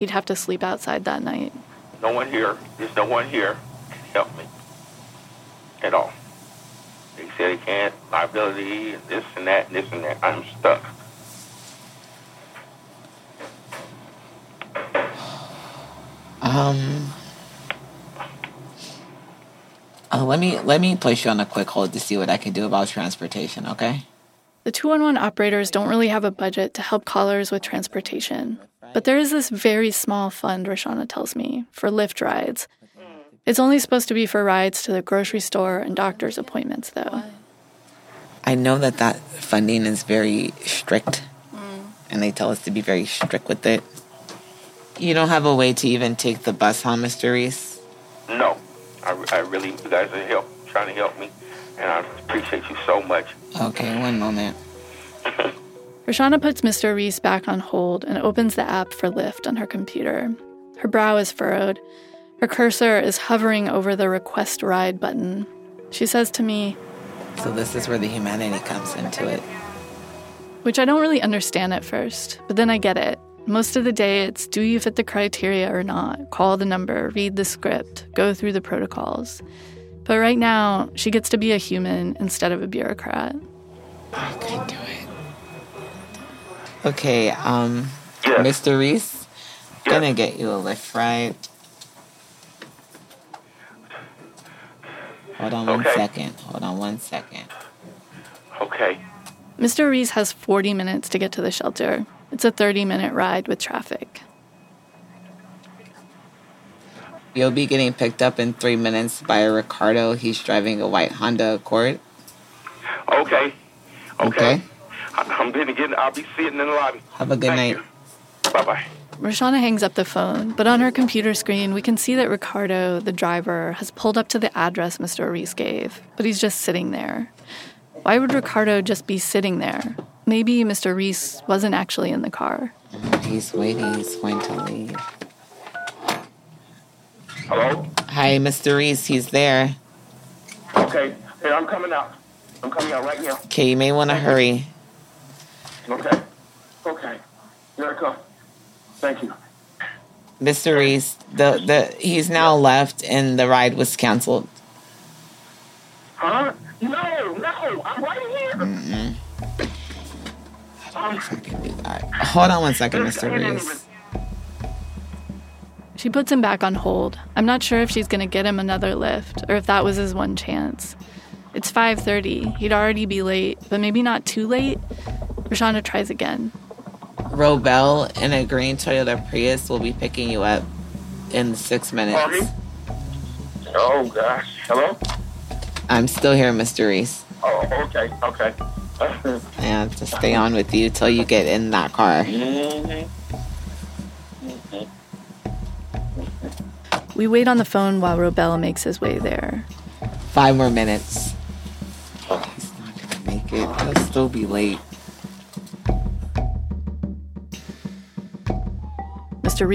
You'd have to sleep outside that night. No one here. There's no one here can help me at all. They said they can't, liability, and this and that, and this and that. I'm stuck. Um. uh, let me let me place you on a quick hold to see what I can do about transportation. Okay. The 211 operators don't really have a budget to help callers with transportation, but there is this very small fund, Rashana tells me, for Lyft rides. It's only supposed to be for rides to the grocery store and doctor's appointments, though. I know that that funding is very strict, and they tell us to be very strict with it. You don't have a way to even take the bus home, Mr. Reese. No. I, I really, you guys are help, trying to help me, and I appreciate you so much. Okay, one moment. Rashana puts Mr. Reese back on hold and opens the app for Lyft on her computer. Her brow is furrowed. Her cursor is hovering over the request ride button. She says to me, So this is where the humanity comes into it. which I don't really understand at first, but then I get it. Most of the day, it's do you fit the criteria or not? Call the number, read the script, go through the protocols. But right now, she gets to be a human instead of a bureaucrat. Can do it. Okay, um, Yeah. Mr. Reese, Yeah. gonna get you a lift ride. Hold on one Okay. second. Hold on one second. Okay. Mr. Reese has 40 minutes to get to the shelter. It's a 30 minute ride with traffic. You'll be getting picked up in three minutes by Ricardo. He's driving a white Honda Accord. Okay. Okay. Okay. I, I'm gonna get. I'll be sitting in the lobby. Have a good night. Bye bye. Roshana hangs up the phone, but on her computer screen, we can see that Ricardo, the driver, has pulled up to the address Mr. Reese gave, but he's just sitting there. Why would Ricardo just be sitting there? Maybe Mr. Reese wasn't actually in the car. He's waiting. He's going to leave. Hello. Hi, Mr. Reese. He's there. Okay. Hey, I'm coming out. I'm coming out right now. Okay, you may want to hurry. Okay. Okay. Here I come. Thank you. Mr. Reese, the, the he's now left and the ride was canceled. Huh? No, no. I'm right here. Um, Hold on one second, this Mr. guy didn't Reese. She puts him back on hold. I'm not sure if she's going to get him another lift or if that was his one chance. It's 5:30. He'd already be late, but maybe not too late. Roshana tries again. Robel in a green Toyota Prius will be picking you up in six Pardon minutes. me? Oh gosh. Hello. I'm still here, Mr. Reese. Oh, okay. Okay. Uh, I have to stay on with you till you get in that car. Mhm. We wait on the phone while Robel makes his way there. Oh. Five more minutes. He's not gonna make it. He'll still be late.